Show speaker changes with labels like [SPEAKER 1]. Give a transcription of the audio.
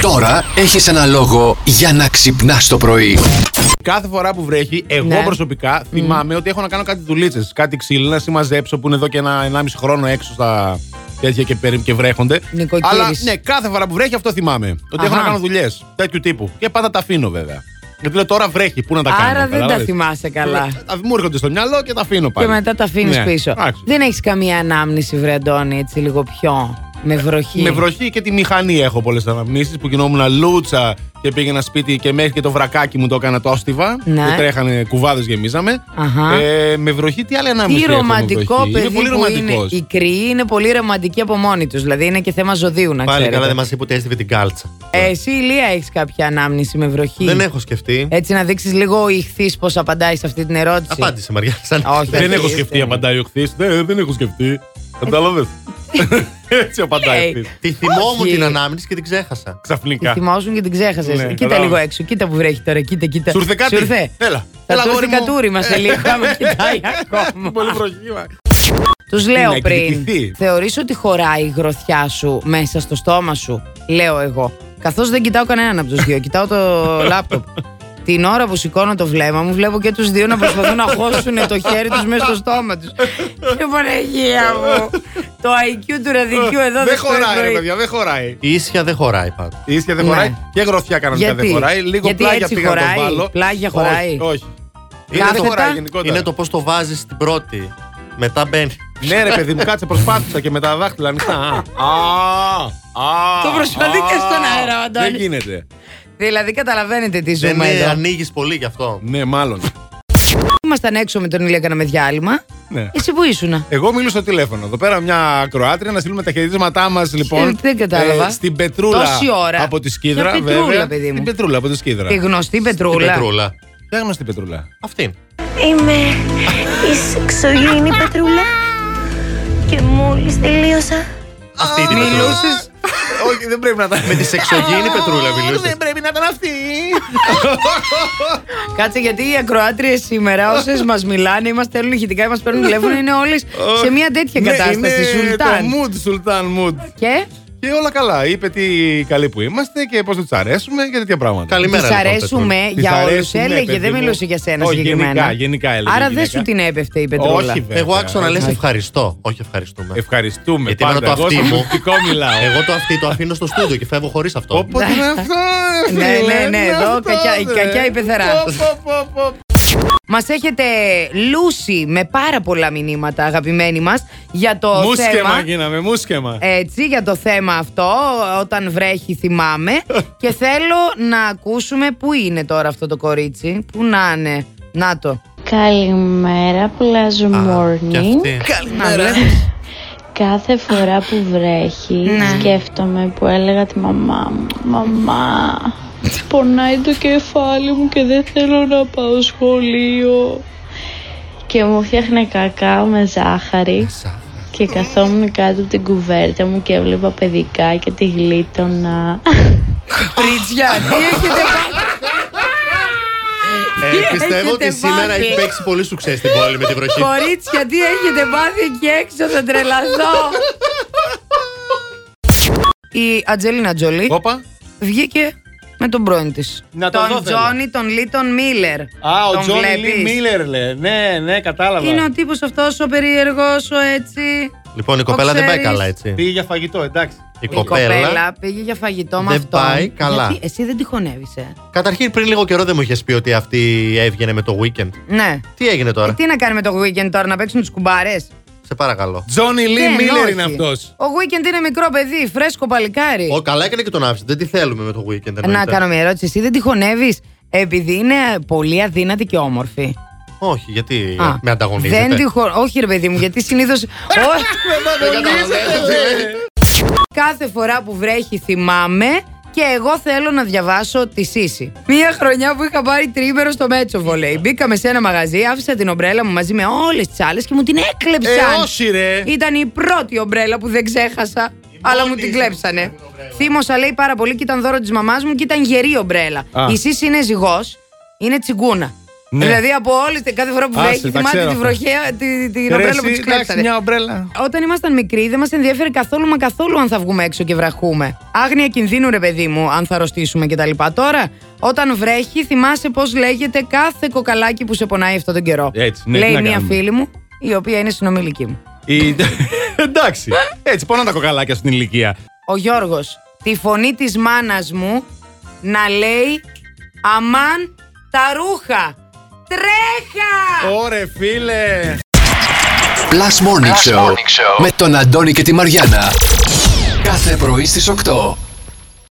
[SPEAKER 1] Τώρα έχεις ένα λόγο για να ξυπνάς το πρωί.
[SPEAKER 2] Κάθε φορά που βρέχει, εγώ
[SPEAKER 3] Ναι.
[SPEAKER 2] προσωπικά θυμάμαι ότι έχω να κάνω κάτι δουλίτσες. Κάτι ξύλι, να συμμαζέψω που είναι εδώ και ένα 1,5 χρόνο έξω στα τέτοια και, περι- και βρέχονται.
[SPEAKER 3] Νοικοκύρης.
[SPEAKER 2] Αλλά ναι, κάθε φορά που βρέχει αυτό θυμάμαι. Ότι έχω
[SPEAKER 3] Αχα.
[SPEAKER 2] να κάνω δουλειές τέτοιου τύπου. Και πάντα τα αφήνω βέβαια. Γιατί λέω τώρα βρέχει, πού να τα κάνω.
[SPEAKER 3] Άρα δεν τα
[SPEAKER 2] καταλάβες.
[SPEAKER 3] θυμάσαι καλά.
[SPEAKER 2] Τα- Μου έρχονται στο μυαλό και τα αφήνω
[SPEAKER 3] Και
[SPEAKER 2] πάλι.
[SPEAKER 3] μετά τα αφήνεις
[SPEAKER 2] Ναι.
[SPEAKER 3] πίσω.
[SPEAKER 2] Εντάξει.
[SPEAKER 3] Δεν έχεις καμία ανάμνηση, βρε Αντώνη, έτσι λίγο πιο. Με βροχή.
[SPEAKER 2] Με βροχή και τη μηχανή έχω πολλές αναμνήσεις που γινόμουν λούτσα και πήγαινα σπίτι και μέχρι και το βρακάκι μου το έκανα το όστιβα.
[SPEAKER 3] Ναι.
[SPEAKER 2] Και τρέχανε κουβάδες γεμίζαμε.
[SPEAKER 3] Αχα.
[SPEAKER 2] Ε, με βροχή τι άλλη ανάμνηση.
[SPEAKER 3] Τι
[SPEAKER 2] έχω με βροχή.
[SPEAKER 3] ρομαντικό
[SPEAKER 2] Είναι
[SPEAKER 3] παιδί
[SPEAKER 2] πολύ
[SPEAKER 3] που είναι.
[SPEAKER 2] ρομαντικός.
[SPEAKER 3] Οι κρυοί είναι πολύ ρομαντικοί από μόνοι τους. Δηλαδή είναι και θέμα ζωδίου να
[SPEAKER 4] Πάλι
[SPEAKER 3] ξέρετε.
[SPEAKER 4] καλά δεν μας είπε ότι έστειβε την κάλτσα.
[SPEAKER 3] Ε, Εσύ, Ηλία, έχεις κάποια ανάμνηση με βροχή.
[SPEAKER 4] Δεν έχω σκεφτεί.
[SPEAKER 3] Έτσι να δείξεις λίγο ο ηχθής πώς απαντάει σε αυτή την ερώτηση.
[SPEAKER 4] Απάντησε Μαριά. Σαν...
[SPEAKER 3] Όχι.
[SPEAKER 2] Δεν έχω
[SPEAKER 3] Είστε.
[SPEAKER 2] σκεφτεί, απαντάει ο χθή. Δεν, δεν έχω σκεφτεί. Κατάλαβε.
[SPEAKER 3] Ε.
[SPEAKER 2] Έτσι απαντάει ο
[SPEAKER 3] Λέει.
[SPEAKER 2] χθή.
[SPEAKER 4] Τη θυμόμουν
[SPEAKER 3] Όχι.
[SPEAKER 4] την ανάμνηση και την ξέχασα.
[SPEAKER 3] Τη
[SPEAKER 2] Ξαφνικά.
[SPEAKER 3] θυμόσουν και την ξέχασες.
[SPEAKER 2] Ναι,
[SPEAKER 3] κοίτα
[SPEAKER 2] κατάλαβα.
[SPEAKER 3] λίγο έξω, κοίτα που βρέχει τώρα, κοίτα, κοίτα.
[SPEAKER 2] Σου ήρθε κάτι.
[SPEAKER 3] Σου ήρθε.
[SPEAKER 2] Έλα.
[SPEAKER 3] Θα
[SPEAKER 2] Έλα,
[SPEAKER 3] του έρθει
[SPEAKER 2] αγόρι μου. Ε.
[SPEAKER 3] κατούρι μας σε λίγο, άμα κοιτάει ακόμα.
[SPEAKER 2] Πολύ βροχή. μα.
[SPEAKER 3] Τους λέω
[SPEAKER 2] Ε, να
[SPEAKER 3] πριν.
[SPEAKER 2] εκδικηθεί.
[SPEAKER 3] Θεωρείς ότι χωράει η γροθιά σου μέσα στο στόμα σου, λέω εγώ. Καθώς δεν κοιτάω κανέναν από τους δύο, κοιτάω το λάπτοπ. Την ώρα που σηκώνω το βλέμμα μου, βλέπω και τους δύο να προσπαθούν να χώσουν το χέρι τους μέσα στο στόμα τους. Και Παναγία μου. Το IQ του ραδικιού εδώ
[SPEAKER 2] Δεν
[SPEAKER 3] στο
[SPEAKER 2] χωράει, ρε
[SPEAKER 3] ευνοεί.
[SPEAKER 2] παιδιά, δεν χωράει.
[SPEAKER 4] Η ίσια δεν χωράει πάντα.
[SPEAKER 2] Η ίσια δεν
[SPEAKER 3] Ναι.
[SPEAKER 2] χωράει και γροθιά κανονικά
[SPEAKER 3] Γιατί?
[SPEAKER 2] δεν χωράει. Λίγο
[SPEAKER 3] Γιατί
[SPEAKER 2] πλάγια
[SPEAKER 3] έτσι
[SPEAKER 2] πήγα να
[SPEAKER 3] χωράει?
[SPEAKER 2] το βάλω.
[SPEAKER 3] Πλάγια χωράει?
[SPEAKER 2] Όχι. όχι.
[SPEAKER 3] Κάθετα?
[SPEAKER 2] Δεν χωράει γενικότερα.
[SPEAKER 4] Είναι το πώς το βάζεις στην πρώτη. Μετά μπαίνει.
[SPEAKER 2] Ναι, ρε παιδί μου, κάτσε, προσπάθησα και με τα δάχτυλα ανοιχτά. Α, α,
[SPEAKER 3] Το προσπαθεί
[SPEAKER 2] α,
[SPEAKER 3] και στον αέρα, ο Αντώνης.
[SPEAKER 2] Δεν γίνεται.
[SPEAKER 3] Δηλαδή, καταλαβαίνετε τι
[SPEAKER 4] Δεν
[SPEAKER 3] ζούμε εδώ.
[SPEAKER 4] ανοίγεις Ναι, πολύ γι' αυτό.
[SPEAKER 2] Ναι, μάλλον.
[SPEAKER 3] Ήμασταν έξω με τον Ηλία, κάναμε διάλειμμα.
[SPEAKER 2] Ναι.
[SPEAKER 3] Εσύ που ήσουνα.
[SPEAKER 2] Εγώ μίλησα στο τηλέφωνο. Εδώ πέρα μια ακροάτρια να στείλουμε τα χαιρετίσματά μας λοιπόν.
[SPEAKER 3] Ε, δεν κατάλαβα.
[SPEAKER 2] στην Πετρούλα.
[SPEAKER 3] Τόση ώρα.
[SPEAKER 2] Από τη Σκύδρα,
[SPEAKER 3] Ποια Πετρούλα,
[SPEAKER 2] βέβαια.
[SPEAKER 3] παιδί μου?
[SPEAKER 2] Την Πετρούλα από τη Σκύδρα.
[SPEAKER 3] Τη γνωστή
[SPEAKER 4] Η
[SPEAKER 3] Πετρούλα.
[SPEAKER 4] πετρούλα.
[SPEAKER 2] Ποια γνωστή Πετρούλα.
[SPEAKER 4] Αυτή.
[SPEAKER 5] Είμαι η Σεξογίνη Πετρούλα και μόλις τελείωσα
[SPEAKER 4] Αυτή την πετρούλα.
[SPEAKER 3] Μιλούσες.
[SPEAKER 2] Όχι, δεν πρέπει να τα.
[SPEAKER 4] Με τη σεξογίνη πετρούλα μιλούσε.
[SPEAKER 2] πρέπει να ήταν αυτή.
[SPEAKER 3] Κάτσε γιατί οι ακροάτριες σήμερα, όσες μας μιλάνε ή μα στέλνουν ηχητικά ή μας παίρνουν τηλέφωνο, είναι όλες σε μια τέτοια κατάσταση. Σουλτάν.
[SPEAKER 2] Ναι, Το mood, Σουλτάν mood.
[SPEAKER 3] Και
[SPEAKER 2] Και όλα καλά. Είπε τι καλοί που είμαστε και πώς τους αρέσουμε και τέτοια πράγματα.
[SPEAKER 4] Καλημέρα.
[SPEAKER 3] τη
[SPEAKER 4] λοιπόν,
[SPEAKER 3] αρέσουμε
[SPEAKER 4] Πετρούλα.
[SPEAKER 2] Της
[SPEAKER 3] για όλους.
[SPEAKER 2] αρέσουμε,
[SPEAKER 3] Έλεγε,
[SPEAKER 2] παιδί
[SPEAKER 3] δεν
[SPEAKER 2] μου.
[SPEAKER 3] μιλούσε για σένα
[SPEAKER 2] Όχι,
[SPEAKER 3] συγκεκριμένα.
[SPEAKER 2] γενικά, γενικά έλεγε η
[SPEAKER 3] Άρα δεν
[SPEAKER 2] γυναίκα.
[SPEAKER 3] σου την έπεφτε η Πετρούλα.
[SPEAKER 2] Όχι, βέβαια.
[SPEAKER 4] Εγώ άκουσα να λε
[SPEAKER 3] Εντάξει.
[SPEAKER 4] ευχαριστώ. Όχι ευχαριστούμε.
[SPEAKER 2] Ευχαριστούμε.
[SPEAKER 4] Γιατί
[SPEAKER 2] πάντα.
[SPEAKER 4] εμένα το
[SPEAKER 2] Εγώ
[SPEAKER 4] αυτί
[SPEAKER 2] στο
[SPEAKER 4] μου.
[SPEAKER 2] μουσικό μιλάω.
[SPEAKER 4] Εγώ το αυτή το αφήνω στο στούντιο και φεύγω χωρίς αυτό.
[SPEAKER 2] Όποτε είναι αυτό, ρε
[SPEAKER 3] Ναι,
[SPEAKER 2] φίλε,
[SPEAKER 3] ναι, ναι,
[SPEAKER 2] είναι
[SPEAKER 3] εδώ
[SPEAKER 2] αυτό,
[SPEAKER 3] κακιά- η
[SPEAKER 2] ρε.
[SPEAKER 3] κακιά η πεθερά.
[SPEAKER 2] Πω, πω, πω, πω.
[SPEAKER 3] Μας έχετε λούσει με πάρα πολλά μηνύματα, αγαπημένοι μας, για το θέμα.
[SPEAKER 2] Μουσκεμα γίναμε, μουσκεμα.
[SPEAKER 3] Έτσι, για το θέμα αυτό, όταν βρέχει θυμάμαι Και θέλω να ακούσουμε πού είναι τώρα αυτό το κορίτσι Πού να είναι, να το
[SPEAKER 6] Καλημέρα, πλάζο
[SPEAKER 4] Α, και
[SPEAKER 6] morning.
[SPEAKER 4] αυτή.
[SPEAKER 3] Να βλέπεις.
[SPEAKER 6] Κάθε φορά που βρέχει, σκέφτομαι που έλεγα τη μαμά μου. Μαμά, πονάει το κεφάλι μου και δεν θέλω να πάω σχολείο. Και μου φτιάχνε κακάο με ζάχαρη και καθόμουν κάτω από την κουβέρτα μου και έβλεπα παιδικά και τη γλίτωνα.
[SPEAKER 3] Πρίτσια, τι έχετε πάθει
[SPEAKER 4] Ε, Πιστεύω ότι
[SPEAKER 3] έχετε
[SPEAKER 4] σήμερα
[SPEAKER 3] πάθει.
[SPEAKER 4] έχει παίξει πολύ σου ξέρεις στην πόλη με τη βροχή.
[SPEAKER 3] Κορίτσια, τι έχετε πάθει εκεί έξω, θα τρελαθώ Η Ατζελίνα Τζολί
[SPEAKER 2] Όπα.
[SPEAKER 3] βγήκε με τον πρώην της
[SPEAKER 2] Να το δω,
[SPEAKER 3] Τον
[SPEAKER 2] θέλω.
[SPEAKER 3] Τζόνι, τον Λίτον Μίλλερ
[SPEAKER 2] Α, ο
[SPEAKER 3] Τον
[SPEAKER 2] Τζόνι Λι
[SPEAKER 3] βλέπεις?
[SPEAKER 2] Μίλλερ λέει. Ναι, ναι, κατάλαβα.
[SPEAKER 3] Είναι ο τύπος αυτός ο περίεργος, ο έτσι
[SPEAKER 4] Λοιπόν, η
[SPEAKER 3] Το
[SPEAKER 4] κοπέλα δεν πάει
[SPEAKER 3] ξέρεις.
[SPEAKER 4] καλά, έτσι.
[SPEAKER 2] Πήγε για φαγητό, εντάξει.
[SPEAKER 4] Η
[SPEAKER 3] Η κοπέλα,
[SPEAKER 4] κοπέλα.
[SPEAKER 3] πήγε για φαγητό με
[SPEAKER 4] δεν
[SPEAKER 3] αυτόν.
[SPEAKER 4] πάει καλά.
[SPEAKER 3] Γιατί εσύ δεν ε? τη χωνεύεσαι.
[SPEAKER 4] Καταρχήν, πριν λίγο καιρό δεν μου είχες πει ότι αυτή έβγαινε με το weekend.
[SPEAKER 3] Ναι.
[SPEAKER 4] Τι έγινε
[SPEAKER 3] Ε,
[SPEAKER 4] τώρα,
[SPEAKER 3] τι να κάνει με το weekend τώρα, να παίξουν του κουμπάρες.
[SPEAKER 4] σε παρακαλώ.
[SPEAKER 2] Τζόνι
[SPEAKER 3] ναι,
[SPEAKER 2] Λι Μίλλερ είναι αυτός.
[SPEAKER 3] Ο weekend είναι μικρό παιδί, φρέσκο παλικάρι.
[SPEAKER 4] Ο, καλά έκανε και τον άφησε. Δεν τη θέλουμε με το weekend.
[SPEAKER 3] Ε. να
[SPEAKER 4] εννοείται.
[SPEAKER 3] κάνω μια ερώτηση. Εσύ δεν τη χωνεύεις επειδή είναι πολύ αδύνατη και όμορφη.
[SPEAKER 4] Όχι, γιατί
[SPEAKER 3] Α,
[SPEAKER 4] Ε, με ανταγωνίζεται.
[SPEAKER 3] Δεν τη χω- Όχι, ρε παιδί μου, γιατί συνήθως.
[SPEAKER 4] Δεν καταλαβαίνω τι λέει.
[SPEAKER 3] Κάθε φορά που βρέχει θυμάμαι και εγώ θέλω να διαβάσω τη Σύση. Μία χρονιά που είχα πάρει τρίμερο στο Μέτσοβο, λέει. Μπήκαμε σε ένα μαγαζί, άφησα την ομπρέλα μου μαζί με όλες τις άλλες και μου την έκλεψαν.
[SPEAKER 2] Ε, όχι, ρε.
[SPEAKER 3] Ήταν η πρώτη ομπρέλα που δεν ξέχασα, αλλά μου την κλέψανε. Θύμωσα, λέει, πάρα πολύ και ήταν δώρο της μαμάς μου και ήταν γερή ομπρέλα.
[SPEAKER 2] Α.
[SPEAKER 3] Η Σύση είναι ζυγός, είναι τσιγκούνα.
[SPEAKER 2] Ναι.
[SPEAKER 3] Δηλαδή από όλε, κάθε φορά που
[SPEAKER 2] Άσε,
[SPEAKER 3] βρέχει,
[SPEAKER 2] τα
[SPEAKER 3] θυμάται
[SPEAKER 2] ξέρω
[SPEAKER 3] τη
[SPEAKER 2] αυτά.
[SPEAKER 3] βροχέα, τη- την
[SPEAKER 2] Ρε,
[SPEAKER 3] ομπρέλα
[SPEAKER 2] εσύ,
[SPEAKER 3] που του
[SPEAKER 2] εντάξει,
[SPEAKER 3] κλέψατε.
[SPEAKER 2] μια ομπρέλα.
[SPEAKER 3] Όταν ήμασταν μικροί, δεν μας ενδιαφέρει καθόλου μα καθόλου αν θα βγούμε έξω και βραχούμε. Άγνοια κινδύνου, ρε παιδί μου, αν θα αρρωστήσουμε κτλ. Τώρα, όταν βρέχει, θυμάσαι πώς λέγεται κάθε κοκαλάκι που σε πονάει αυτόν τον καιρό.
[SPEAKER 2] Έτσι, ναι, τι
[SPEAKER 3] Λέει
[SPEAKER 2] να
[SPEAKER 3] μία
[SPEAKER 2] κάνουμε.
[SPEAKER 3] φίλη μου, η οποία είναι συνομιλική μου.
[SPEAKER 2] Η- Εντάξει. Έτσι, πόνα τα κοκαλάκια στην ηλικία.
[SPEAKER 3] Ο Γιώργος, τη φωνή της μάνας μου να λέει Αμάν τα ρούχα. Τρέχα!
[SPEAKER 2] Ωρε, φίλε.
[SPEAKER 1] Plus Morning, Show, με τον Αντώνη και τη Μαριάνα. Κάθε πρωί στις 8.